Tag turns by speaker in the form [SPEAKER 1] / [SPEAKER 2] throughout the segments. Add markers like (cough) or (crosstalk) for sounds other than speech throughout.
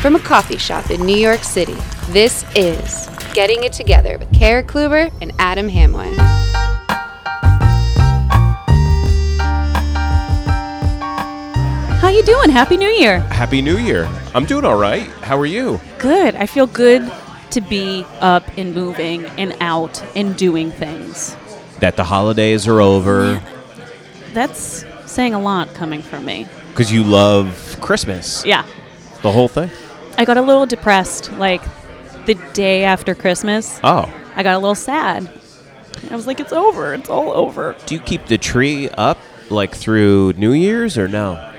[SPEAKER 1] From a coffee shop in New York City, this is Getting It Together with Kara Kluber and Adam Hamlin.
[SPEAKER 2] How you doing? Happy New Year.
[SPEAKER 3] Happy New Year. I'm doing all right. How are you?
[SPEAKER 2] Good. I feel good to be up and moving and out and doing things.
[SPEAKER 3] That the holidays are over
[SPEAKER 2] That's saying a lot coming from me.
[SPEAKER 3] because you love Christmas.
[SPEAKER 2] Yeah.
[SPEAKER 3] The whole thing.
[SPEAKER 2] I got a little depressed like the day after Christmas.
[SPEAKER 3] Oh.
[SPEAKER 2] I got a little sad. I was like, it's over. It's all over.
[SPEAKER 3] Do you keep the tree up like through New Year's or no?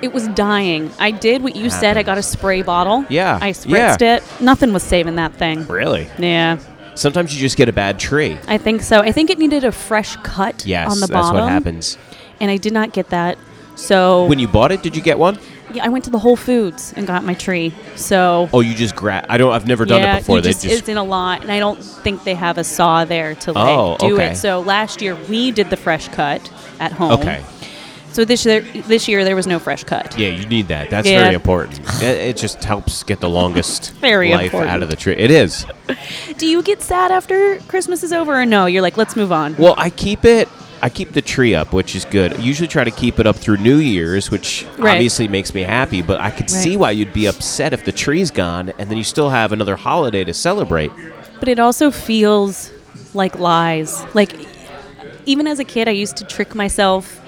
[SPEAKER 2] It was dying. I did what you said. I got a spray bottle.
[SPEAKER 3] Yeah.
[SPEAKER 2] I spritzed it. Nothing was saving that thing.
[SPEAKER 3] Really?
[SPEAKER 2] Yeah.
[SPEAKER 3] Sometimes you just get a bad tree.
[SPEAKER 2] I think so. I think it needed a fresh cut
[SPEAKER 3] Yes,
[SPEAKER 2] on the
[SPEAKER 3] that's
[SPEAKER 2] bottom.
[SPEAKER 3] what happens.
[SPEAKER 2] And I did not get that. So
[SPEAKER 3] When you bought it, did you get one?
[SPEAKER 2] Yeah, I went to the Whole Foods and got my tree. So
[SPEAKER 3] Oh, you just grab. I don't. I've never done
[SPEAKER 2] yeah,
[SPEAKER 3] it before.
[SPEAKER 2] you
[SPEAKER 3] They
[SPEAKER 2] just,
[SPEAKER 3] just.
[SPEAKER 2] it's in a lot, and I don't think they have a saw there to like
[SPEAKER 3] Oh,
[SPEAKER 2] do
[SPEAKER 3] okay.
[SPEAKER 2] it. So last year we did the fresh cut at home.
[SPEAKER 3] okay.
[SPEAKER 2] So this year, this year there was no fresh cut.
[SPEAKER 3] Yeah, you need that. That's
[SPEAKER 2] Yeah.
[SPEAKER 3] very important. it, it just helps get the longest
[SPEAKER 2] (laughs) Very
[SPEAKER 3] life out of
[SPEAKER 2] important.
[SPEAKER 3] the tree. It is.
[SPEAKER 2] Do you get sad after Christmas is over, or no? You're like, let's move on.
[SPEAKER 3] Well, I keep it. I keep the tree up, which is good. I usually try to keep it up through New Year's, which
[SPEAKER 2] Right.
[SPEAKER 3] obviously makes me happy. But I could see why you'd be upset if the tree's gone, and then you still have another holiday to celebrate.
[SPEAKER 2] But it also feels like lies. Like even as a kid, I used to trick myself,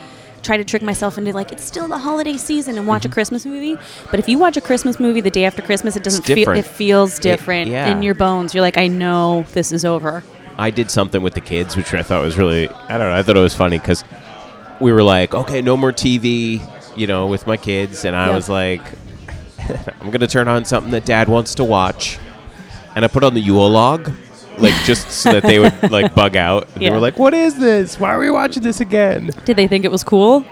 [SPEAKER 2] try to trick myself into like it's still the holiday season and
[SPEAKER 3] Mm-hmm.
[SPEAKER 2] watch a Christmas movie. But if you watch a Christmas movie the day after Christmas, it doesn't feel.
[SPEAKER 3] different.
[SPEAKER 2] It feels different
[SPEAKER 3] yeah.
[SPEAKER 2] in your bones. You're like, I know this is over.
[SPEAKER 3] I did something with the kids, which I thought was really. I don't know. I thought it was funny because we were like, okay, no more TV, you know, with my kids, and I
[SPEAKER 2] Yeah.
[SPEAKER 3] was like, (laughs) I'm gonna turn on something that Dad wants to watch, and I put on the Yule log. Like just so that
[SPEAKER 2] (laughs)
[SPEAKER 3] they would like bug out. And They
[SPEAKER 2] Yeah.
[SPEAKER 3] were like, "What is this? Why are we watching this again?"
[SPEAKER 2] Did they think it was cool?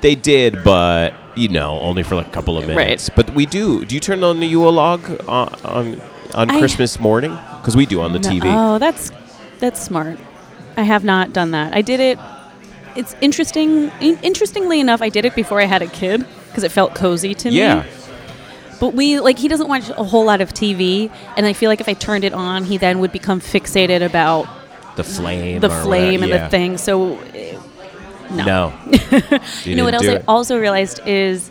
[SPEAKER 3] They did, but you know, only for like a couple of minutes. But we do. Do you turn on the Yule log on on, on
[SPEAKER 2] I-
[SPEAKER 3] Christmas morning? Because we do on the
[SPEAKER 2] No.
[SPEAKER 3] TV.
[SPEAKER 2] Oh, that's that's smart. I have not done that. I did it. It's interesting. in- Interestingly enough, I did it before I had a kid because it felt cozy to
[SPEAKER 3] yeah,
[SPEAKER 2] me. But we like he doesn't watch a whole lot of TV, and I feel like if I turned it on, he then would become fixated about
[SPEAKER 3] the flame.
[SPEAKER 2] the
[SPEAKER 3] or
[SPEAKER 2] flame
[SPEAKER 3] whatever.
[SPEAKER 2] and
[SPEAKER 3] Yeah.
[SPEAKER 2] the thing. So, eh, no.
[SPEAKER 3] No.
[SPEAKER 2] (laughs) You know what else I also realized is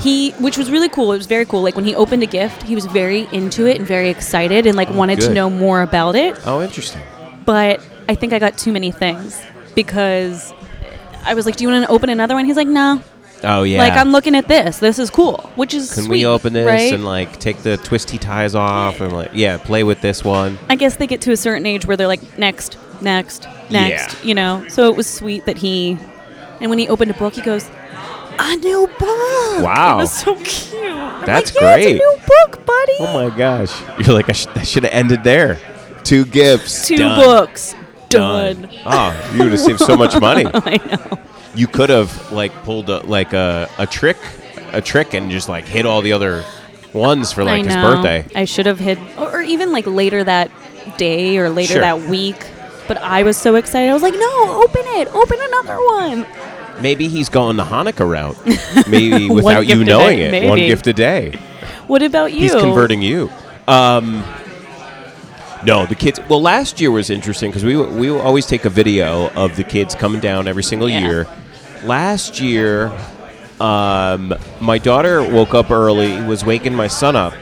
[SPEAKER 2] he, which was really cool. It was very cool. Like when he opened a gift, he was very into it and very excited, and like wanted to
[SPEAKER 3] Oh, good.
[SPEAKER 2] know more about it.
[SPEAKER 3] Oh, interesting.
[SPEAKER 2] But I think I got too many things because I was like, "Do you want to open another one?" He's like, "No."
[SPEAKER 3] Oh yeah.
[SPEAKER 2] Like I'm looking at this. This is cool, which is
[SPEAKER 3] Can
[SPEAKER 2] sweet,
[SPEAKER 3] we open this
[SPEAKER 2] right?
[SPEAKER 3] and like take the twisty ties off and like yeah, play with this one?
[SPEAKER 2] I guess they get to a certain age where they're like, next, next, next,
[SPEAKER 3] Yeah.
[SPEAKER 2] you know? So it was sweet that he, and when he opened a book, he goes, a new book.
[SPEAKER 3] Wow.
[SPEAKER 2] It was so cute. I'm
[SPEAKER 3] That's
[SPEAKER 2] like, yeah,
[SPEAKER 3] great.
[SPEAKER 2] It's a new book, buddy.
[SPEAKER 3] Oh my gosh! You're like I, sh- I should have ended there. Two gifts.
[SPEAKER 2] Two
[SPEAKER 3] Done.
[SPEAKER 2] books.
[SPEAKER 3] Done.
[SPEAKER 2] Done.
[SPEAKER 3] Oh, you would have saved so much money.
[SPEAKER 2] (laughs) I know.
[SPEAKER 3] you could have like pulled a, like a, a trick a trick and just like hit all the other ones for
[SPEAKER 2] I
[SPEAKER 3] like his
[SPEAKER 2] know.
[SPEAKER 3] birthday
[SPEAKER 2] I should have hid, or, or even like later that day or later
[SPEAKER 3] Sure.
[SPEAKER 2] that week. But I was so excited. I was like, no, open it. Open another one.
[SPEAKER 3] maybe he's going the
[SPEAKER 2] (laughs)
[SPEAKER 3] hanukkah route maybe
[SPEAKER 2] One
[SPEAKER 3] without you
[SPEAKER 2] gift a
[SPEAKER 3] knowing
[SPEAKER 2] day,
[SPEAKER 3] it
[SPEAKER 2] maybe.
[SPEAKER 3] one gift a day
[SPEAKER 2] What about you?
[SPEAKER 3] he's converting you um no, the kids. Well, last year was interesting because we we always take a video of the kids coming down every single
[SPEAKER 2] Yeah.
[SPEAKER 3] year. Last year, um, my daughter woke up early, was waking my son up,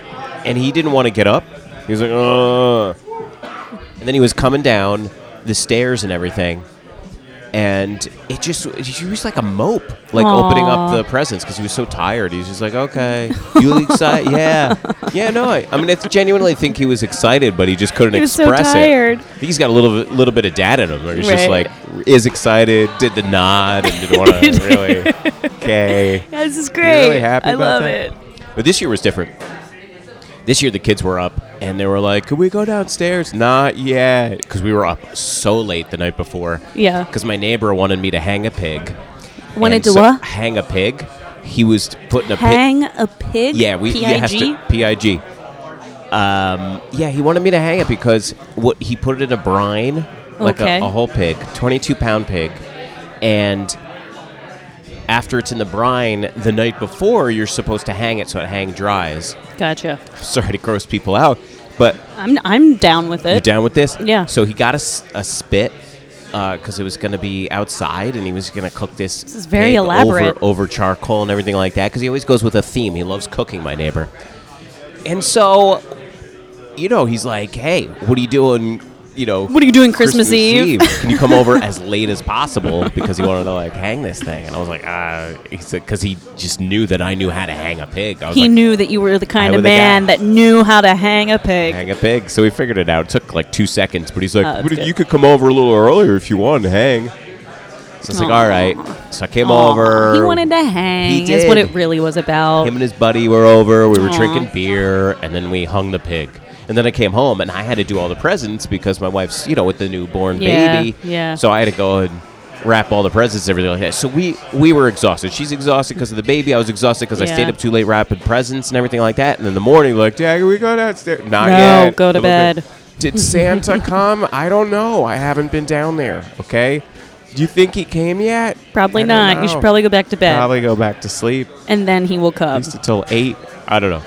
[SPEAKER 3] and he didn't want to get up. He was like, "Ugh." and then he was coming down the stairs and everything and it just he was like a mope like
[SPEAKER 2] Aw.
[SPEAKER 3] opening up the presents because he was so tired he was just like okay
[SPEAKER 2] (laughs)
[SPEAKER 3] you excited yeah yeah no I, I mean i genuinely think he was excited but he just couldn't
[SPEAKER 2] He was so
[SPEAKER 3] express
[SPEAKER 2] tired.
[SPEAKER 3] it i think he's got a little little bit of dad in him where he's just
[SPEAKER 2] Right.
[SPEAKER 3] like is excited did the nod and didn't
[SPEAKER 2] (laughs)
[SPEAKER 3] want to really (laughs) okay
[SPEAKER 2] Yeah, this is
[SPEAKER 3] You're
[SPEAKER 2] great.
[SPEAKER 3] really happy
[SPEAKER 2] I love
[SPEAKER 3] about
[SPEAKER 2] it.
[SPEAKER 3] that? But this year was different. This year the kids were up and they were like, "Can we go downstairs?" Not yet, because we were up so late the night before.
[SPEAKER 2] Yeah.
[SPEAKER 3] Because my neighbor wanted me to hang a pig.
[SPEAKER 2] Wanted
[SPEAKER 3] And
[SPEAKER 2] to
[SPEAKER 3] so-
[SPEAKER 2] what?
[SPEAKER 3] Hang a pig. He was putting a pig.
[SPEAKER 2] Hang a pig.
[SPEAKER 3] Yeah, we
[SPEAKER 2] P
[SPEAKER 3] yeah,
[SPEAKER 2] I
[SPEAKER 3] has
[SPEAKER 2] G?
[SPEAKER 3] to pig. Um, yeah, he wanted me to hang it because what he put it in a brine, like
[SPEAKER 2] Okay.
[SPEAKER 3] a, a whole pig, twenty-two pound pig, and After it's in the brine the night before, you're supposed to hang it so it hang dries.
[SPEAKER 2] Gotcha.
[SPEAKER 3] Sorry to gross people out, but
[SPEAKER 2] I'm I'm down with
[SPEAKER 3] you
[SPEAKER 2] it.
[SPEAKER 3] down with this?
[SPEAKER 2] Yeah.
[SPEAKER 3] So he got a, s- a spit because it was going to be outside, and he was going to cook this. This
[SPEAKER 2] is very elaborate.
[SPEAKER 3] over, over charcoal and everything like that. Because he always goes with a theme. He loves cooking, my neighbor. And so, you know, he's like, "Hey, what are you doing? You know,
[SPEAKER 2] What are you doing Christmas Eve?"
[SPEAKER 3] (laughs) Can you come over as late as possible because he wanted to like hang this thing?" And I was like, "Ah," he said, because he just knew that I knew how to hang a pig. I was
[SPEAKER 2] he
[SPEAKER 3] like,
[SPEAKER 2] knew that you were the kind
[SPEAKER 3] I
[SPEAKER 2] of
[SPEAKER 3] was the guy.
[SPEAKER 2] man that knew how to hang a pig.
[SPEAKER 3] hang a pig. So we figured it out. It took like two seconds, but he's like,
[SPEAKER 2] Oh, that's
[SPEAKER 3] "What if
[SPEAKER 2] good.
[SPEAKER 3] "You could come over a little earlier if you want to hang." So it's like, "All
[SPEAKER 2] Aw.
[SPEAKER 3] right." So I came
[SPEAKER 2] Aw,
[SPEAKER 3] over.
[SPEAKER 2] He wanted to hang.
[SPEAKER 3] He
[SPEAKER 2] Is what
[SPEAKER 3] did.
[SPEAKER 2] it really was about.
[SPEAKER 3] Him and his buddy were over. We were
[SPEAKER 2] Aw.
[SPEAKER 3] drinking beer, and then we hung the pig. And then I came home, and I had to do all the presents because my wife's, you know, with the newborn
[SPEAKER 2] Yeah,
[SPEAKER 3] baby.
[SPEAKER 2] yeah.
[SPEAKER 3] So I had to go and wrap all the presents, everything like that. So we we were exhausted. She's exhausted because of the baby. I was exhausted because I
[SPEAKER 2] Yeah.
[SPEAKER 3] stayed up too late wrapping presents and everything like that. And in the morning, like, yeah, can we go downstairs? Not
[SPEAKER 2] No,
[SPEAKER 3] yet.
[SPEAKER 2] go to
[SPEAKER 3] A little bit.
[SPEAKER 2] bed.
[SPEAKER 3] Did
[SPEAKER 2] (laughs)
[SPEAKER 3] Santa come? I don't know. I haven't been down there. Okay. Do you think he came yet?
[SPEAKER 2] probably
[SPEAKER 3] I don't
[SPEAKER 2] not. You should
[SPEAKER 3] know.
[SPEAKER 2] probably go back to bed,
[SPEAKER 3] probably go back to sleep
[SPEAKER 2] and then he will come.
[SPEAKER 3] least until eight. I don't know.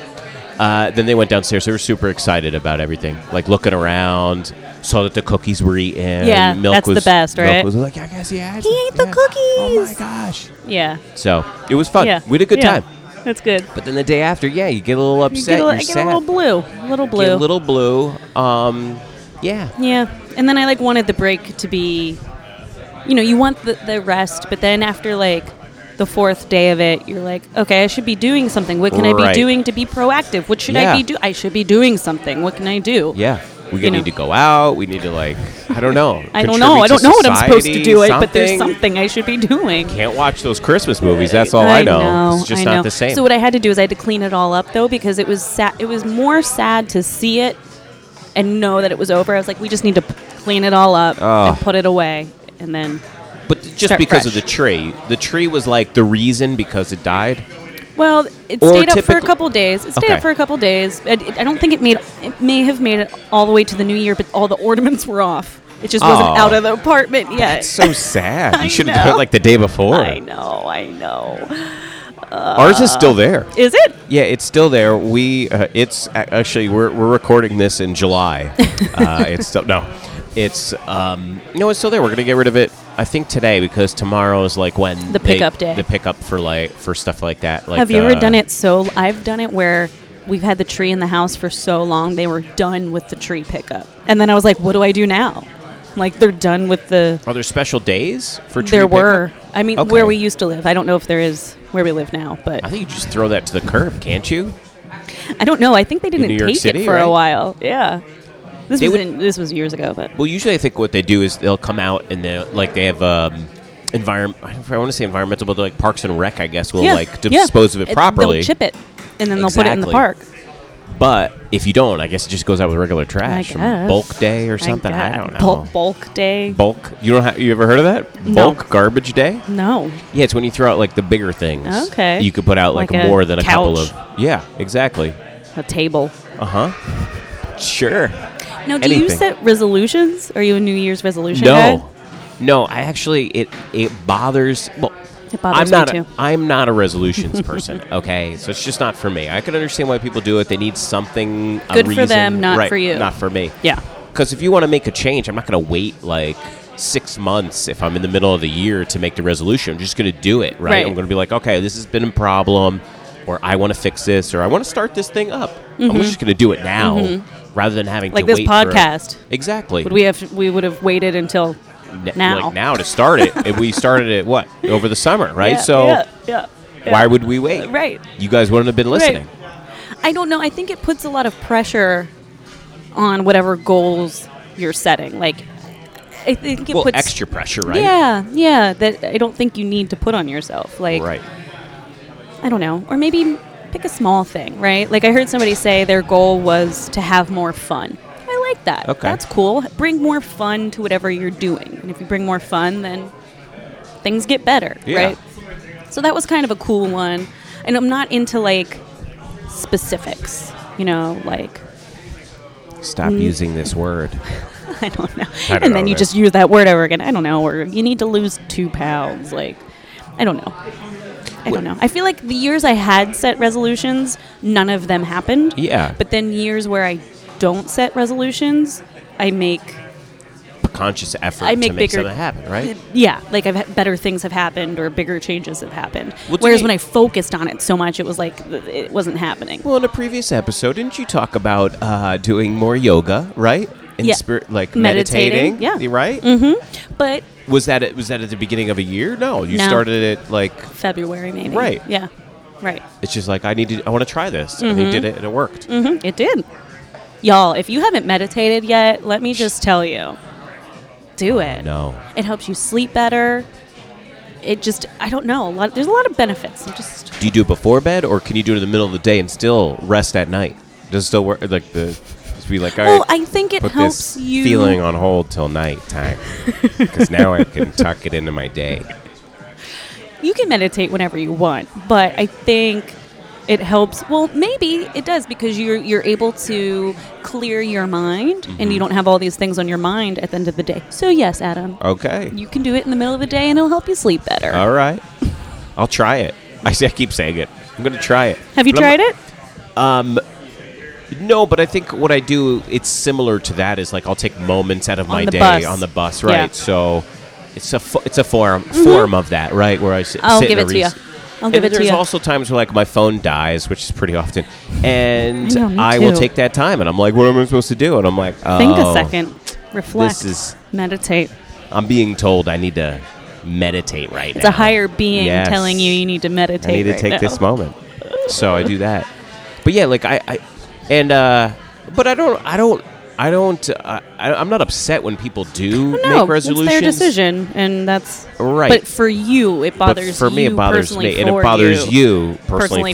[SPEAKER 3] Uh, then they went downstairs. They were super excited about everything, like looking around, saw that the cookies were eaten.
[SPEAKER 2] Yeah,
[SPEAKER 3] milk
[SPEAKER 2] that's the
[SPEAKER 3] was,
[SPEAKER 2] best,
[SPEAKER 3] milk
[SPEAKER 2] right?
[SPEAKER 3] was like, I guess he
[SPEAKER 2] He
[SPEAKER 3] had. some-
[SPEAKER 2] ate the
[SPEAKER 3] Oh my
[SPEAKER 2] cookies.
[SPEAKER 3] gosh!
[SPEAKER 2] Yeah.
[SPEAKER 3] So it was fun.
[SPEAKER 2] Yeah.
[SPEAKER 3] We had a good
[SPEAKER 2] Yeah.
[SPEAKER 3] time.
[SPEAKER 2] That's good.
[SPEAKER 3] But then the day after, yeah, you get a little upset.
[SPEAKER 2] You get a,
[SPEAKER 3] are
[SPEAKER 2] I get a little blue. A little blue.
[SPEAKER 3] a little blue. Um, yeah.
[SPEAKER 2] Yeah, and then I like wanted the break to be, you know, you want the, the rest, but then after like the fourth day of it, you're like, okay, I should be doing something. What can I
[SPEAKER 3] Right.
[SPEAKER 2] be doing to be proactive? What should
[SPEAKER 3] Yeah.
[SPEAKER 2] I be do? I should be doing something. What can I do?
[SPEAKER 3] Yeah. We
[SPEAKER 2] You
[SPEAKER 3] need
[SPEAKER 2] know.
[SPEAKER 3] to go out. We need to like, I don't know.
[SPEAKER 2] (laughs) I don't know. I don't
[SPEAKER 3] contribute to
[SPEAKER 2] know what I'm supposed to
[SPEAKER 3] society,
[SPEAKER 2] do. It, but there's
[SPEAKER 3] something.
[SPEAKER 2] something I should be doing.
[SPEAKER 3] Can't watch those Christmas movies. That's all I, know. It's just
[SPEAKER 2] I
[SPEAKER 3] not
[SPEAKER 2] know.
[SPEAKER 3] the same.
[SPEAKER 2] So what I had to do is I had to clean it all up though because it was sad. It was more sad to see it and know that it was over. I was like, we just need to p- clean it all up
[SPEAKER 3] Ugh.
[SPEAKER 2] and put it away, and then
[SPEAKER 3] But th- just
[SPEAKER 2] Start
[SPEAKER 3] because of the
[SPEAKER 2] fresh.
[SPEAKER 3] tree, the tree was like the reason because it died.
[SPEAKER 2] Well, it
[SPEAKER 3] Or
[SPEAKER 2] stayed up for a
[SPEAKER 3] typical-
[SPEAKER 2] couple days. It stayed
[SPEAKER 3] Okay.
[SPEAKER 2] up for a couple days. I, I don't think it made. It may have made it all the way to the new year, but all the (laughs) ornaments were off. It just
[SPEAKER 3] Oh.
[SPEAKER 2] wasn't out of the apartment yet.
[SPEAKER 3] That's
[SPEAKER 2] (laughs)
[SPEAKER 3] so sad.
[SPEAKER 2] I
[SPEAKER 3] You should have done
[SPEAKER 2] know.
[SPEAKER 3] it like the day before.
[SPEAKER 2] I know. I know.
[SPEAKER 3] Ours is still there.
[SPEAKER 2] Is it?
[SPEAKER 3] Yeah, it's still there. We uh, it's a- actually we're, we're recording this in July.
[SPEAKER 2] (laughs)
[SPEAKER 3] uh, it's still no, it's um no, it's still there. We're gonna get rid of it. I think today because tomorrow is like when
[SPEAKER 2] The
[SPEAKER 3] they-
[SPEAKER 2] pickup day.
[SPEAKER 3] The pickup for like for stuff like that. Like
[SPEAKER 2] have you ever
[SPEAKER 3] uh,
[SPEAKER 2] done it? So I've done it where we've had the tree in the house for so long they were done with the tree pickup, and then I was like, what do I do now? Like they're done with the.
[SPEAKER 3] Are there special days for tree
[SPEAKER 2] There
[SPEAKER 3] pickup?
[SPEAKER 2] were. I mean,
[SPEAKER 3] Okay.
[SPEAKER 2] where we used to live. I don't know if there is where we live now, but
[SPEAKER 3] I think you just throw that to the curb, can't you?
[SPEAKER 2] I don't know. I think they didn't
[SPEAKER 3] New York
[SPEAKER 2] take
[SPEAKER 3] City,
[SPEAKER 2] it for
[SPEAKER 3] right?
[SPEAKER 2] a while. Yeah, this
[SPEAKER 3] They
[SPEAKER 2] was
[SPEAKER 3] would-
[SPEAKER 2] in, this was years ago, but
[SPEAKER 3] Well, usually I think what they do is they'll come out and they like they have um, environment. I, don't know if I want to say environmental, but like Parks and Rec, I guess, will
[SPEAKER 2] yeah,
[SPEAKER 3] like
[SPEAKER 2] yeah.
[SPEAKER 3] dispose of it properly.
[SPEAKER 2] They'll chip it, and then they'll put it in the
[SPEAKER 3] Exactly.
[SPEAKER 2] park.
[SPEAKER 3] But if you don't, I guess it just goes out with regular trash,
[SPEAKER 2] I
[SPEAKER 3] from
[SPEAKER 2] guess.
[SPEAKER 3] bulk day or something. I,
[SPEAKER 2] guess.
[SPEAKER 3] don't know.
[SPEAKER 2] Bulk, bulk day.
[SPEAKER 3] Bulk. You don't. Have, you ever heard of that?
[SPEAKER 2] No.
[SPEAKER 3] Bulk garbage day.
[SPEAKER 2] no,
[SPEAKER 3] Yeah, it's when you throw out like the bigger things.
[SPEAKER 2] Okay.
[SPEAKER 3] You could put out like,
[SPEAKER 2] Like a
[SPEAKER 3] more than a couple
[SPEAKER 2] couch.
[SPEAKER 3] of. Yeah, exactly.
[SPEAKER 2] a table.
[SPEAKER 3] Uh huh. Sure.
[SPEAKER 2] Now, do you
[SPEAKER 3] Anything.
[SPEAKER 2] set resolutions? Are you a New Year's resolution guy?
[SPEAKER 3] No, no. I actually it it bothers. Well,
[SPEAKER 2] It bothers
[SPEAKER 3] I'm not.
[SPEAKER 2] me
[SPEAKER 3] a-
[SPEAKER 2] too.
[SPEAKER 3] I'm not a
[SPEAKER 2] (laughs)
[SPEAKER 3] resolutions person. Okay, so it's just not for me. I can understand why people do it. They need something. a
[SPEAKER 2] Good for
[SPEAKER 3] reason-
[SPEAKER 2] them, not
[SPEAKER 3] right,
[SPEAKER 2] for you.
[SPEAKER 3] Not for me.
[SPEAKER 2] Yeah,
[SPEAKER 3] Because if you want to make a change, I'm not going to wait like six months if I'm in the middle of the year to make the resolution. I'm just going to do it, right?
[SPEAKER 2] Right.
[SPEAKER 3] I'm going to be like, okay, this has been a problem, or I want to fix this, or I want to start this thing up. I'm just going to do it now rather than having
[SPEAKER 2] Mm-hmm. like
[SPEAKER 3] to
[SPEAKER 2] this
[SPEAKER 3] wait for-
[SPEAKER 2] podcast.
[SPEAKER 3] Exactly.
[SPEAKER 2] Would we have? We would have waited until
[SPEAKER 3] Ne-
[SPEAKER 2] now.
[SPEAKER 3] like now to start it. and we started it what over the summer, right?
[SPEAKER 2] Yeah,
[SPEAKER 3] so
[SPEAKER 2] yeah, yeah, yeah.
[SPEAKER 3] why would we wait?
[SPEAKER 2] Right.
[SPEAKER 3] You guys wouldn't have been listening.
[SPEAKER 2] I don't know. I think it puts a lot of pressure on whatever goals you're setting. Like, I think it
[SPEAKER 3] Well,
[SPEAKER 2] puts
[SPEAKER 3] extra pressure, right?
[SPEAKER 2] Yeah, yeah. That I don't think you need to put on yourself. Like,
[SPEAKER 3] Right.
[SPEAKER 2] I don't know, or maybe pick a small thing, right? Like I heard somebody say their goal was to have more fun. I like that.
[SPEAKER 3] Okay.
[SPEAKER 2] that's cool. Bring more fun to whatever you're doing, and if you bring more fun, then things get better,
[SPEAKER 3] Yeah.
[SPEAKER 2] right? So that was kind of a cool one, and I'm not into like specifics, you know, like
[SPEAKER 3] Stop
[SPEAKER 2] Mm.
[SPEAKER 3] using this word.
[SPEAKER 2] (laughs) I don't know.
[SPEAKER 3] I
[SPEAKER 2] and
[SPEAKER 3] don't know,
[SPEAKER 2] then you
[SPEAKER 3] man.
[SPEAKER 2] just use that word over again. I don't know. Or you need to lose two pounds. Like, I don't know. I don't know. I feel like the years I had set resolutions, none of them happened.
[SPEAKER 3] Yeah.
[SPEAKER 2] But then years where I don't set resolutions, I make
[SPEAKER 3] conscious effort
[SPEAKER 2] I
[SPEAKER 3] to
[SPEAKER 2] make
[SPEAKER 3] make
[SPEAKER 2] bigger-
[SPEAKER 3] something happen, right?
[SPEAKER 2] yeah, like I've had better things have happened or bigger changes have happened.
[SPEAKER 3] Well,
[SPEAKER 2] Whereas
[SPEAKER 3] today-
[SPEAKER 2] when I focused on it so much, it was like th- it wasn't happening.
[SPEAKER 3] Well, in a previous episode, didn't you talk about uh, doing more yoga, right? In
[SPEAKER 2] Yeah.
[SPEAKER 3] spirit, like meditating,
[SPEAKER 2] Meditating, yeah. Mm-hmm.
[SPEAKER 3] right?
[SPEAKER 2] But
[SPEAKER 3] Was that at, was that at the beginning of a year? No, you
[SPEAKER 2] No.
[SPEAKER 3] started it like
[SPEAKER 2] February maybe.
[SPEAKER 3] Right.
[SPEAKER 2] Yeah. Right.
[SPEAKER 3] it's just like I need to, I want to try this, and
[SPEAKER 2] Mm-hmm.
[SPEAKER 3] they did it, and it worked.
[SPEAKER 2] hmm It did. Y'all, if you haven't meditated yet, let me just tell you. Do it.
[SPEAKER 3] No,
[SPEAKER 2] It helps you sleep better. It just I don't know. A lot there's a lot of benefits. I'm just
[SPEAKER 3] do you do it before bed, or can you do it in the middle of the day and still rest at night? Does it still work? Like the just be like, all right,
[SPEAKER 2] Well, I think it
[SPEAKER 3] put
[SPEAKER 2] helps
[SPEAKER 3] this
[SPEAKER 2] you
[SPEAKER 3] feeling on hold till
[SPEAKER 2] (laughs)
[SPEAKER 3] night time, because now I can tuck it into my day.
[SPEAKER 2] you can meditate whenever you want, but I think it helps. Well, maybe it does because you're you're able to clear your mind and
[SPEAKER 3] Mm-hmm.
[SPEAKER 2] you don't have all these things on your mind at the end of the day. So yes, Adam,
[SPEAKER 3] Okay,
[SPEAKER 2] you can do it in the middle of the day and it'll help you sleep better.
[SPEAKER 3] All right. I'll try it. I say I keep saying it. I'm going to try it.
[SPEAKER 2] have you
[SPEAKER 3] But I'm-
[SPEAKER 2] tried it?
[SPEAKER 3] No, but I think what I do it's similar to that is like I'll take moments out of my
[SPEAKER 2] the
[SPEAKER 3] day
[SPEAKER 2] bus.
[SPEAKER 3] on the bus,
[SPEAKER 2] Yeah. Mm-hmm.
[SPEAKER 3] right? So it's a fo- it's a form form of that, right? Where I sit,
[SPEAKER 2] I'll
[SPEAKER 3] sit
[SPEAKER 2] give
[SPEAKER 3] in
[SPEAKER 2] it
[SPEAKER 3] a
[SPEAKER 2] to you.
[SPEAKER 3] rec-
[SPEAKER 2] I'll
[SPEAKER 3] and
[SPEAKER 2] give
[SPEAKER 3] then
[SPEAKER 2] it to
[SPEAKER 3] there's
[SPEAKER 2] you.
[SPEAKER 3] also times where like my phone dies, which is pretty often, and
[SPEAKER 2] I know, me
[SPEAKER 3] I, will
[SPEAKER 2] too.
[SPEAKER 3] take that time, and I'm like, what am I supposed to do? And I'm like, oh,
[SPEAKER 2] Think a second. Reflect.
[SPEAKER 3] This is
[SPEAKER 2] meditate.
[SPEAKER 3] I'm being told I need to meditate right
[SPEAKER 2] It's
[SPEAKER 3] now.
[SPEAKER 2] a higher being
[SPEAKER 3] Yes.
[SPEAKER 2] telling you you need to meditate.
[SPEAKER 3] I need to
[SPEAKER 2] right
[SPEAKER 3] take
[SPEAKER 2] now.
[SPEAKER 3] this moment. So I do that. But yeah, like I, I and uh but I don't I don't I don't uh, I, I'm not upset when people do
[SPEAKER 2] No,
[SPEAKER 3] make resolutions.
[SPEAKER 2] it's their decision, and that's
[SPEAKER 3] Right.
[SPEAKER 2] But for you, it
[SPEAKER 3] But
[SPEAKER 2] bothers.
[SPEAKER 3] for me
[SPEAKER 2] you
[SPEAKER 3] it bothers
[SPEAKER 2] personally
[SPEAKER 3] me and it
[SPEAKER 2] for
[SPEAKER 3] bothers you, personally,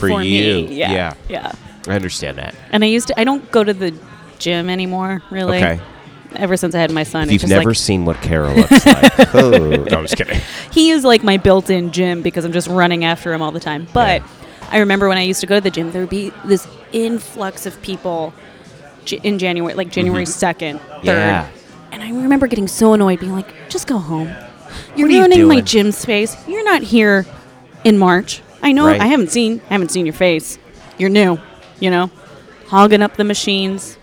[SPEAKER 2] Personally
[SPEAKER 3] for, you.
[SPEAKER 2] me. Yeah.
[SPEAKER 3] yeah.
[SPEAKER 2] yeah.
[SPEAKER 3] I understand that.
[SPEAKER 2] And I used to. I don't go to the gym anymore. Really.
[SPEAKER 3] Okay.
[SPEAKER 2] Ever since I had my son,
[SPEAKER 3] If
[SPEAKER 2] it's
[SPEAKER 3] you've
[SPEAKER 2] just
[SPEAKER 3] never
[SPEAKER 2] like,
[SPEAKER 3] seen what Carol
[SPEAKER 2] (laughs)
[SPEAKER 3] looks like. oh, no, (laughs) I'm just kidding.
[SPEAKER 2] he is like my built-in gym because I'm just running after him all the time. But
[SPEAKER 3] Yeah.
[SPEAKER 2] I remember when I used to go to the gym, there would be this influx of people j- in January, like January 2nd, 3rd.
[SPEAKER 3] Mm-hmm. Yeah.
[SPEAKER 2] And I remember getting so annoyed, being like, "Just go home. You're
[SPEAKER 3] are you
[SPEAKER 2] ruining my
[SPEAKER 3] doing?"
[SPEAKER 2] gym space. You're not here in March. I know.
[SPEAKER 3] Right.
[SPEAKER 2] I haven't seen. I haven't seen your face. You're new. You know, hogging up the machines.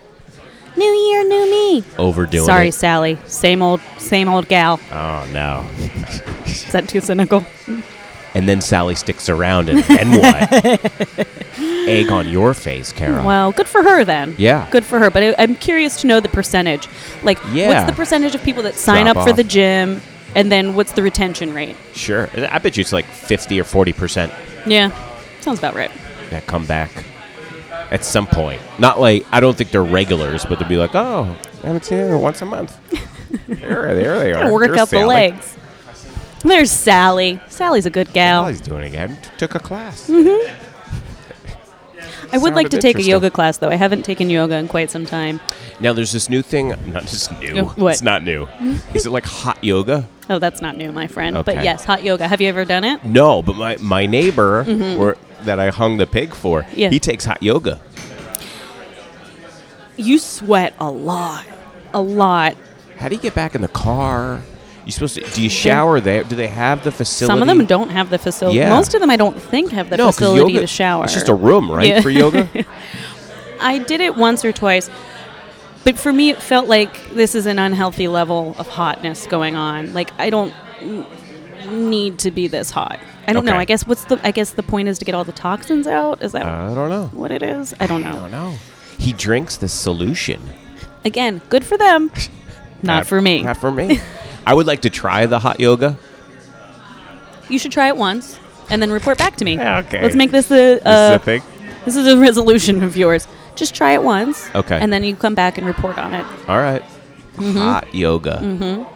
[SPEAKER 2] New year, new me.
[SPEAKER 3] Overdoing
[SPEAKER 2] Sorry,
[SPEAKER 3] it.
[SPEAKER 2] Sally. Same old, same old gal.
[SPEAKER 3] Oh no.
[SPEAKER 2] Is that too cynical?
[SPEAKER 3] And then Sally sticks around and then what?
[SPEAKER 2] (laughs)
[SPEAKER 3] Egg on your face, Carol.
[SPEAKER 2] Well, good for her then.
[SPEAKER 3] Yeah.
[SPEAKER 2] Good for her. But I, I'm curious to know the percentage. Like,
[SPEAKER 3] Yeah.
[SPEAKER 2] what's the percentage of people that sign
[SPEAKER 3] Drop
[SPEAKER 2] up for
[SPEAKER 3] off.
[SPEAKER 2] the gym, and then what's the retention rate?
[SPEAKER 3] Sure. I bet you it's like 50 or 40%
[SPEAKER 2] Yeah, sounds about right.
[SPEAKER 3] that come back at some point. Not like, I don't think they're regulars, but they'll be like, oh, I haven't seen her once
[SPEAKER 2] (laughs)
[SPEAKER 3] a month. there, there they are.
[SPEAKER 2] Work
[SPEAKER 3] There's
[SPEAKER 2] out the
[SPEAKER 3] Sally.
[SPEAKER 2] legs. There's Sally. Sally's a good gal.
[SPEAKER 3] Sally's doing it again. T- Took a class.
[SPEAKER 2] Mm-hmm. I would like
[SPEAKER 3] sounded
[SPEAKER 2] to take a
[SPEAKER 3] interesting.
[SPEAKER 2] yoga class though. I haven't taken yoga in quite some time.
[SPEAKER 3] Now there's this new thing. (laughs) Not just new.
[SPEAKER 2] What? Mm-hmm.
[SPEAKER 3] It's not new. Is it like hot yoga?
[SPEAKER 2] Oh, that's not new, my friend.
[SPEAKER 3] Okay.
[SPEAKER 2] But yes, hot yoga. Have you ever done it?
[SPEAKER 3] No, but my, my neighbor where, that I hung the pig for,
[SPEAKER 2] Mm-hmm. Yeah.
[SPEAKER 3] he takes hot yoga.
[SPEAKER 2] You sweat a lot, a lot.
[SPEAKER 3] How do you get back in the car? You supposed to? Do you shower there? Do they have the facility?
[SPEAKER 2] Some of them don't have the facility.
[SPEAKER 3] Yeah.
[SPEAKER 2] Most of them, I don't think, have the
[SPEAKER 3] 'cause
[SPEAKER 2] facility
[SPEAKER 3] yoga-
[SPEAKER 2] to shower.
[SPEAKER 3] It's just a room, right,
[SPEAKER 2] Yeah.
[SPEAKER 3] for
[SPEAKER 2] (laughs)
[SPEAKER 3] yoga?
[SPEAKER 2] I did it once or twice, but for me, it felt like this is an unhealthy level of hotness going on. Like I don't n- need to be this hot. I don't know.
[SPEAKER 3] Okay.
[SPEAKER 2] I guess what's the I guess the point is to get all the toxins out. Is that
[SPEAKER 3] I don't know.
[SPEAKER 2] what it is? I don't know.
[SPEAKER 3] I (laughs) don't know. He drinks the solution.
[SPEAKER 2] Again, good for
[SPEAKER 3] (laughs)
[SPEAKER 2] them. Not for me.
[SPEAKER 3] Not for me. I would like to try the hot yoga.
[SPEAKER 2] You should try it once and then report back to me.
[SPEAKER 3] Yeah, okay.
[SPEAKER 2] Let's make this a, uh,
[SPEAKER 3] this is a thing.
[SPEAKER 2] this is a resolution of yours. Just try it once.
[SPEAKER 3] Okay.
[SPEAKER 2] And then you come back and report on it.
[SPEAKER 3] All right.
[SPEAKER 2] mm-hmm.
[SPEAKER 3] Hot yoga.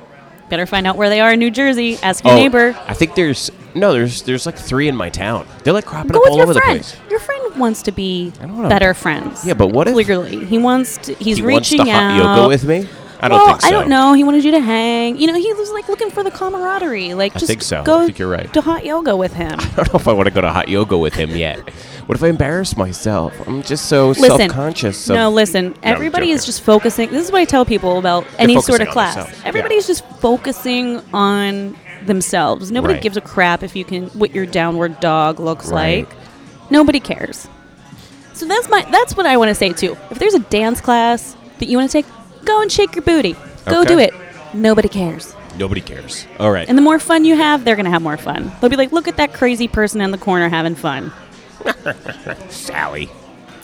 [SPEAKER 2] Better find out where they are in New Jersey. Ask your
[SPEAKER 3] Oh,
[SPEAKER 2] neighbor.
[SPEAKER 3] I think there's no, there's there's like three in my town. They're like cropping
[SPEAKER 2] Go
[SPEAKER 3] up
[SPEAKER 2] with
[SPEAKER 3] all
[SPEAKER 2] your
[SPEAKER 3] over
[SPEAKER 2] friend.
[SPEAKER 3] the place.
[SPEAKER 2] Your friend wants to be
[SPEAKER 3] I don't wanna-
[SPEAKER 2] better friends.
[SPEAKER 3] Yeah, but what if-
[SPEAKER 2] clearly he wants to? He's
[SPEAKER 3] he wants
[SPEAKER 2] reaching
[SPEAKER 3] to hot
[SPEAKER 2] out.
[SPEAKER 3] yoga with me. I don't
[SPEAKER 2] well,
[SPEAKER 3] think so.
[SPEAKER 2] I don't know. He wanted you to hang. You know, he was like looking for the camaraderie. Like,
[SPEAKER 3] I
[SPEAKER 2] just
[SPEAKER 3] think so. I
[SPEAKER 2] go
[SPEAKER 3] think you're right.
[SPEAKER 2] to hot yoga with him.
[SPEAKER 3] (laughs) I don't know if I want to go to hot yoga with him yet. what if I embarrass myself? I'm just so
[SPEAKER 2] listen,
[SPEAKER 3] self-conscious. of-
[SPEAKER 2] No, listen.
[SPEAKER 3] I'm
[SPEAKER 2] Everybody is
[SPEAKER 3] joking.
[SPEAKER 2] just focusing. This is what I tell people about any sort of
[SPEAKER 3] focusing on
[SPEAKER 2] class.
[SPEAKER 3] themselves. Yeah.
[SPEAKER 2] Everybody's just focusing on themselves. Nobody
[SPEAKER 3] Right.
[SPEAKER 2] gives a crap if you can what your downward dog looks
[SPEAKER 3] Right.
[SPEAKER 2] like. Nobody cares. So that's my that's what I want to say too. If there's a dance class that you want to take, go and shake your booty. Go
[SPEAKER 3] Okay.
[SPEAKER 2] do it. Nobody cares.
[SPEAKER 3] Nobody cares. All right.
[SPEAKER 2] And the more fun you have, they're going to have more fun. They'll be like, "Look at that crazy person in the corner having fun."
[SPEAKER 3] Sally.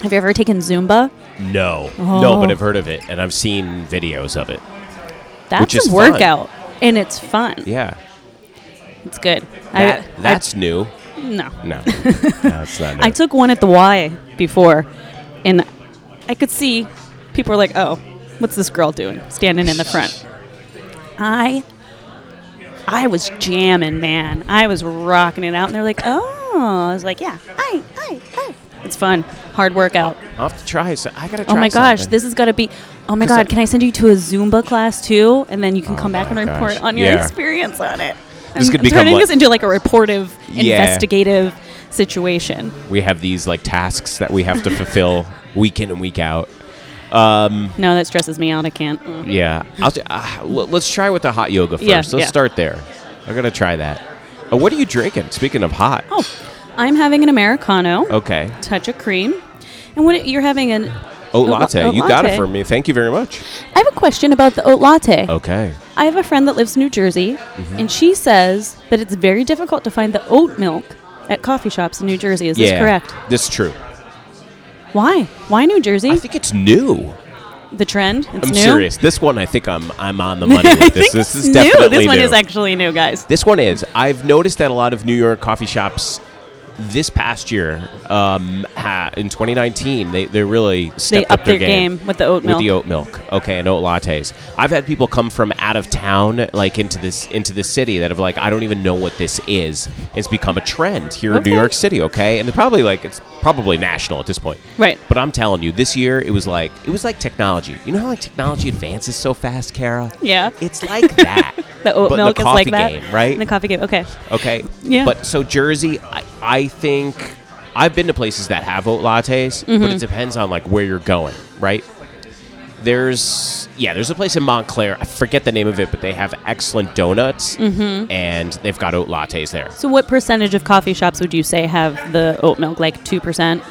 [SPEAKER 2] Have you ever taken Zumba?
[SPEAKER 3] No. No,
[SPEAKER 2] Oh.
[SPEAKER 3] but I've heard of it and I've seen videos of it.
[SPEAKER 2] That's
[SPEAKER 3] is
[SPEAKER 2] a
[SPEAKER 3] fun.
[SPEAKER 2] workout, and it's fun.
[SPEAKER 3] Yeah.
[SPEAKER 2] It's good.
[SPEAKER 3] That,
[SPEAKER 2] I,
[SPEAKER 3] that's new.
[SPEAKER 2] I, no. (laughs)
[SPEAKER 3] No. That's not new.
[SPEAKER 2] I took one at the Y before, and I could see people were like, "Oh, what's this girl doing standing in the front?" I, I was jamming, man. I was rocking it out, and they're like, "Oh," I was like, "Yeah, I, I, I." It's fun, hard workout.
[SPEAKER 3] I'll have to try. So I gotta try.
[SPEAKER 2] Oh my gosh,
[SPEAKER 3] something.
[SPEAKER 2] this has got to be. Oh my
[SPEAKER 3] 'Cause
[SPEAKER 2] god,
[SPEAKER 3] I- Oh
[SPEAKER 2] can I send you to a Zumba class too? And then you can come back
[SPEAKER 3] my
[SPEAKER 2] and report
[SPEAKER 3] gosh,
[SPEAKER 2] on your
[SPEAKER 3] yeah.
[SPEAKER 2] experience on it.
[SPEAKER 3] This
[SPEAKER 2] I'm
[SPEAKER 3] could become
[SPEAKER 2] turning
[SPEAKER 3] like-
[SPEAKER 2] this into like a reportive,
[SPEAKER 3] Yeah.
[SPEAKER 2] investigative situation.
[SPEAKER 3] we have these like tasks that we have to fulfill
[SPEAKER 2] (laughs)
[SPEAKER 3] week in and week out.
[SPEAKER 2] No, that stresses me out. I can't. Mm.
[SPEAKER 3] Yeah. I'll t- uh, l- let's try with the hot yoga first.
[SPEAKER 2] Yeah,
[SPEAKER 3] let's
[SPEAKER 2] yeah.
[SPEAKER 3] start there. I'm gonna try that. Uh, what are you drinking? Speaking of hot.
[SPEAKER 2] Oh, I'm having an americano,
[SPEAKER 3] Okay.
[SPEAKER 2] touch of cream, and what you're having an
[SPEAKER 3] Oat
[SPEAKER 2] la-
[SPEAKER 3] latte.
[SPEAKER 2] oat
[SPEAKER 3] you got it
[SPEAKER 2] latte.
[SPEAKER 3] for Oh. me. Thank you very much.
[SPEAKER 2] I have a question about the oat latte.
[SPEAKER 3] Okay.
[SPEAKER 2] I have a friend that lives in New Jersey,
[SPEAKER 3] Mm-hmm.
[SPEAKER 2] and she says that it's very difficult to find the oat milk at coffee shops in New Jersey. Is this correct?
[SPEAKER 3] This is true.
[SPEAKER 2] Why? Why New Jersey?
[SPEAKER 3] I think it's new.
[SPEAKER 2] the trend. It's
[SPEAKER 3] I'm
[SPEAKER 2] new.
[SPEAKER 3] serious. This one, I think I'm I'm on the
[SPEAKER 2] (laughs)
[SPEAKER 3] money
[SPEAKER 2] I
[SPEAKER 3] with this.
[SPEAKER 2] think
[SPEAKER 3] This
[SPEAKER 2] it's
[SPEAKER 3] is
[SPEAKER 2] new.
[SPEAKER 3] definitely
[SPEAKER 2] This one
[SPEAKER 3] new.
[SPEAKER 2] is actually new, guys.
[SPEAKER 3] This one is. I've noticed that a lot of New York coffee shops this past year, um, ha, in 2019, they, they really
[SPEAKER 2] They
[SPEAKER 3] stepped
[SPEAKER 2] up their game, with the oat
[SPEAKER 3] with
[SPEAKER 2] milk.
[SPEAKER 3] the oat milk. Okay, and oat lattes. I've had people come from out of town, like into this into the city, that have like I don't even know what this is. It's become a trend here in
[SPEAKER 2] Okay.
[SPEAKER 3] New York City. Okay, and they're probably like it's probably national at this point.
[SPEAKER 2] Right.
[SPEAKER 3] But I'm telling you, this year it was like it was like technology. You know how like technology advances so fast, Kara?
[SPEAKER 2] Yeah.
[SPEAKER 3] It's like that.
[SPEAKER 2] (laughs) The oat
[SPEAKER 3] but in
[SPEAKER 2] milk
[SPEAKER 3] the
[SPEAKER 2] is like
[SPEAKER 3] coffee
[SPEAKER 2] that,
[SPEAKER 3] game, right?
[SPEAKER 2] The coffee game. Okay.
[SPEAKER 3] Okay.
[SPEAKER 2] Yeah.
[SPEAKER 3] But so Jersey, I, I think I've been to places that have oat lattes,
[SPEAKER 2] Mm-hmm.
[SPEAKER 3] but it depends on like where you're going, right? There's yeah, there's a place in Montclair. I forget the name of it, but they have excellent donuts,
[SPEAKER 2] Mm-hmm.
[SPEAKER 3] and they've got oat lattes there.
[SPEAKER 2] So, what percentage of coffee shops would you say have the oat milk? Like two percent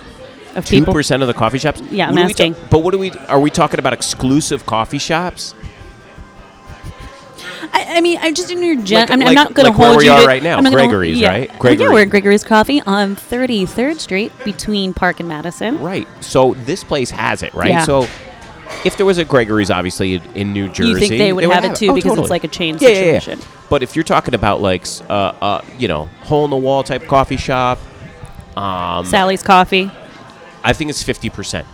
[SPEAKER 2] of
[SPEAKER 3] Two
[SPEAKER 2] people.
[SPEAKER 3] percent of the coffee shops.
[SPEAKER 2] Yeah, I'm
[SPEAKER 3] What do we ta-
[SPEAKER 2] asking.
[SPEAKER 3] but what do we? Are we talking about exclusive coffee shops?
[SPEAKER 2] I, I mean, I just in your gen.
[SPEAKER 3] Like-
[SPEAKER 2] I'm, I'm
[SPEAKER 3] like-
[SPEAKER 2] not going
[SPEAKER 3] like
[SPEAKER 2] to
[SPEAKER 3] where
[SPEAKER 2] hold
[SPEAKER 3] we
[SPEAKER 2] you
[SPEAKER 3] are
[SPEAKER 2] to-
[SPEAKER 3] right now,
[SPEAKER 2] I'm not gonna hold-
[SPEAKER 3] Gregory's,
[SPEAKER 2] yeah.
[SPEAKER 3] right?
[SPEAKER 2] Well, Yeah,
[SPEAKER 3] Gregory.
[SPEAKER 2] we're at Gregory's Coffee on 33rd Street between Park and Madison.
[SPEAKER 3] Right. So this place has it, right?
[SPEAKER 2] Yeah.
[SPEAKER 3] So if there was a Gregory's, obviously in- in New Jersey,
[SPEAKER 2] think they would have it too because it's like a chain
[SPEAKER 3] Oh, Yeah, yeah, yeah.
[SPEAKER 2] situation.
[SPEAKER 3] But if you're talking about like, s- uh, uh, you know, hole in the wall type coffee shop, um,
[SPEAKER 2] Sally's Coffee.
[SPEAKER 3] I think it's fifty percent.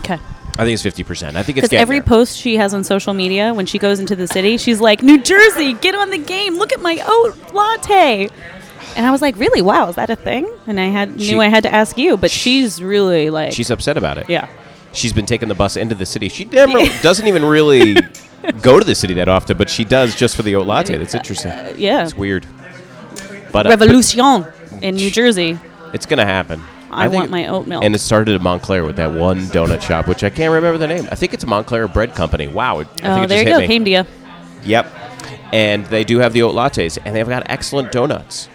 [SPEAKER 2] Okay.
[SPEAKER 3] I think it's fifty percent. I think it's
[SPEAKER 2] Because
[SPEAKER 3] getting
[SPEAKER 2] every
[SPEAKER 3] there.
[SPEAKER 2] post she has on social media when she goes into the city, she's like, New Jersey, get on the game. Look at my oat latte. And I was like, really? Wow, is that a thing? And I had
[SPEAKER 3] She-
[SPEAKER 2] knew I had to ask you, but she's really like,
[SPEAKER 3] She's upset about it.
[SPEAKER 2] yeah,
[SPEAKER 3] She's been taking the bus into the city.
[SPEAKER 2] (laughs)
[SPEAKER 3] She never doesn't even really go to the city that often, but she does just for the oat latte. That's interesting.
[SPEAKER 2] Uh, yeah,
[SPEAKER 3] It's weird. But uh, but
[SPEAKER 2] revolution in New Jersey.
[SPEAKER 3] It's gonna happen.
[SPEAKER 2] I
[SPEAKER 3] think-
[SPEAKER 2] want my oat milk.
[SPEAKER 3] And it started at Montclair with that one donut shop, which I can't remember the name. I think it's Montclair Bread Company. Wow. It, I think
[SPEAKER 2] Oh,
[SPEAKER 3] it
[SPEAKER 2] there
[SPEAKER 3] just
[SPEAKER 2] you go,
[SPEAKER 3] hit me.
[SPEAKER 2] came to you.
[SPEAKER 3] Yep. And they do have the oat lattes, and they've got excellent donuts.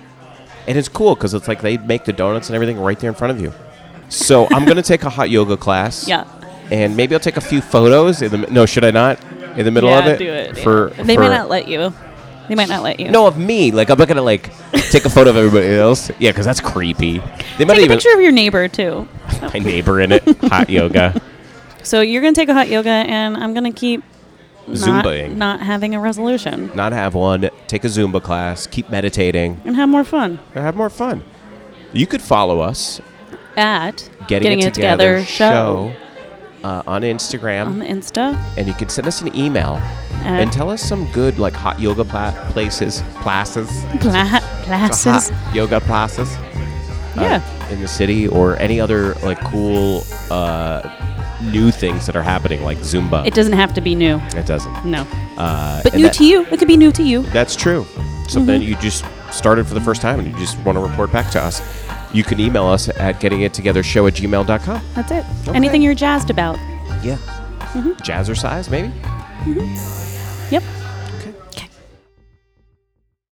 [SPEAKER 3] And it's cool because it's like they make the donuts and everything right there in front of you.
[SPEAKER 2] (laughs)
[SPEAKER 3] So I'm gonna take a hot yoga class.
[SPEAKER 2] Yeah.
[SPEAKER 3] And maybe I'll take a few photos. In the no, should I not? In the middle
[SPEAKER 2] yeah,
[SPEAKER 3] of it.
[SPEAKER 2] do it.
[SPEAKER 3] For
[SPEAKER 2] yeah. they
[SPEAKER 3] for-
[SPEAKER 2] might not let you. They might not let you.
[SPEAKER 3] no, of me. Like I'm not
[SPEAKER 2] (laughs)
[SPEAKER 3] gonna like take a photo of everybody else. Yeah, because that's creepy. They might
[SPEAKER 2] take a
[SPEAKER 3] even
[SPEAKER 2] picture of your neighbor too.
[SPEAKER 3] my neighbor in it. Hot (laughs) yoga.
[SPEAKER 2] So you're gonna take a hot yoga, and I'm gonna keep not,
[SPEAKER 3] Zumbaing.
[SPEAKER 2] not having a resolution
[SPEAKER 3] Not have one. Take a Zumba class. Keep meditating.
[SPEAKER 2] and have more fun.
[SPEAKER 3] And have more fun. You could follow us,
[SPEAKER 2] at
[SPEAKER 3] Getting, It, Together, Show, uh, on Instagram.
[SPEAKER 2] on the Insta.
[SPEAKER 3] and you can send us an email and tell us some good, like, hot yoga pla- places, classes,
[SPEAKER 2] Pla-
[SPEAKER 3] so hot
[SPEAKER 2] classes.
[SPEAKER 3] yoga classes uh,
[SPEAKER 2] Yeah.
[SPEAKER 3] in the city or any other, like, cool uh, new things that are happening, like Zumba.
[SPEAKER 2] It doesn't have to be new.
[SPEAKER 3] It doesn't.
[SPEAKER 2] No.
[SPEAKER 3] Uh,
[SPEAKER 2] But
[SPEAKER 3] and
[SPEAKER 2] new
[SPEAKER 3] that-
[SPEAKER 2] to you. It could be new to you.
[SPEAKER 3] That's true. Something you just started for the first time and you just want to report back to us. You can email us at gettingittogethershow at gmail.com.
[SPEAKER 2] That's it. Anything you're jazzed about.
[SPEAKER 3] Yeah. Jazzercise, maybe?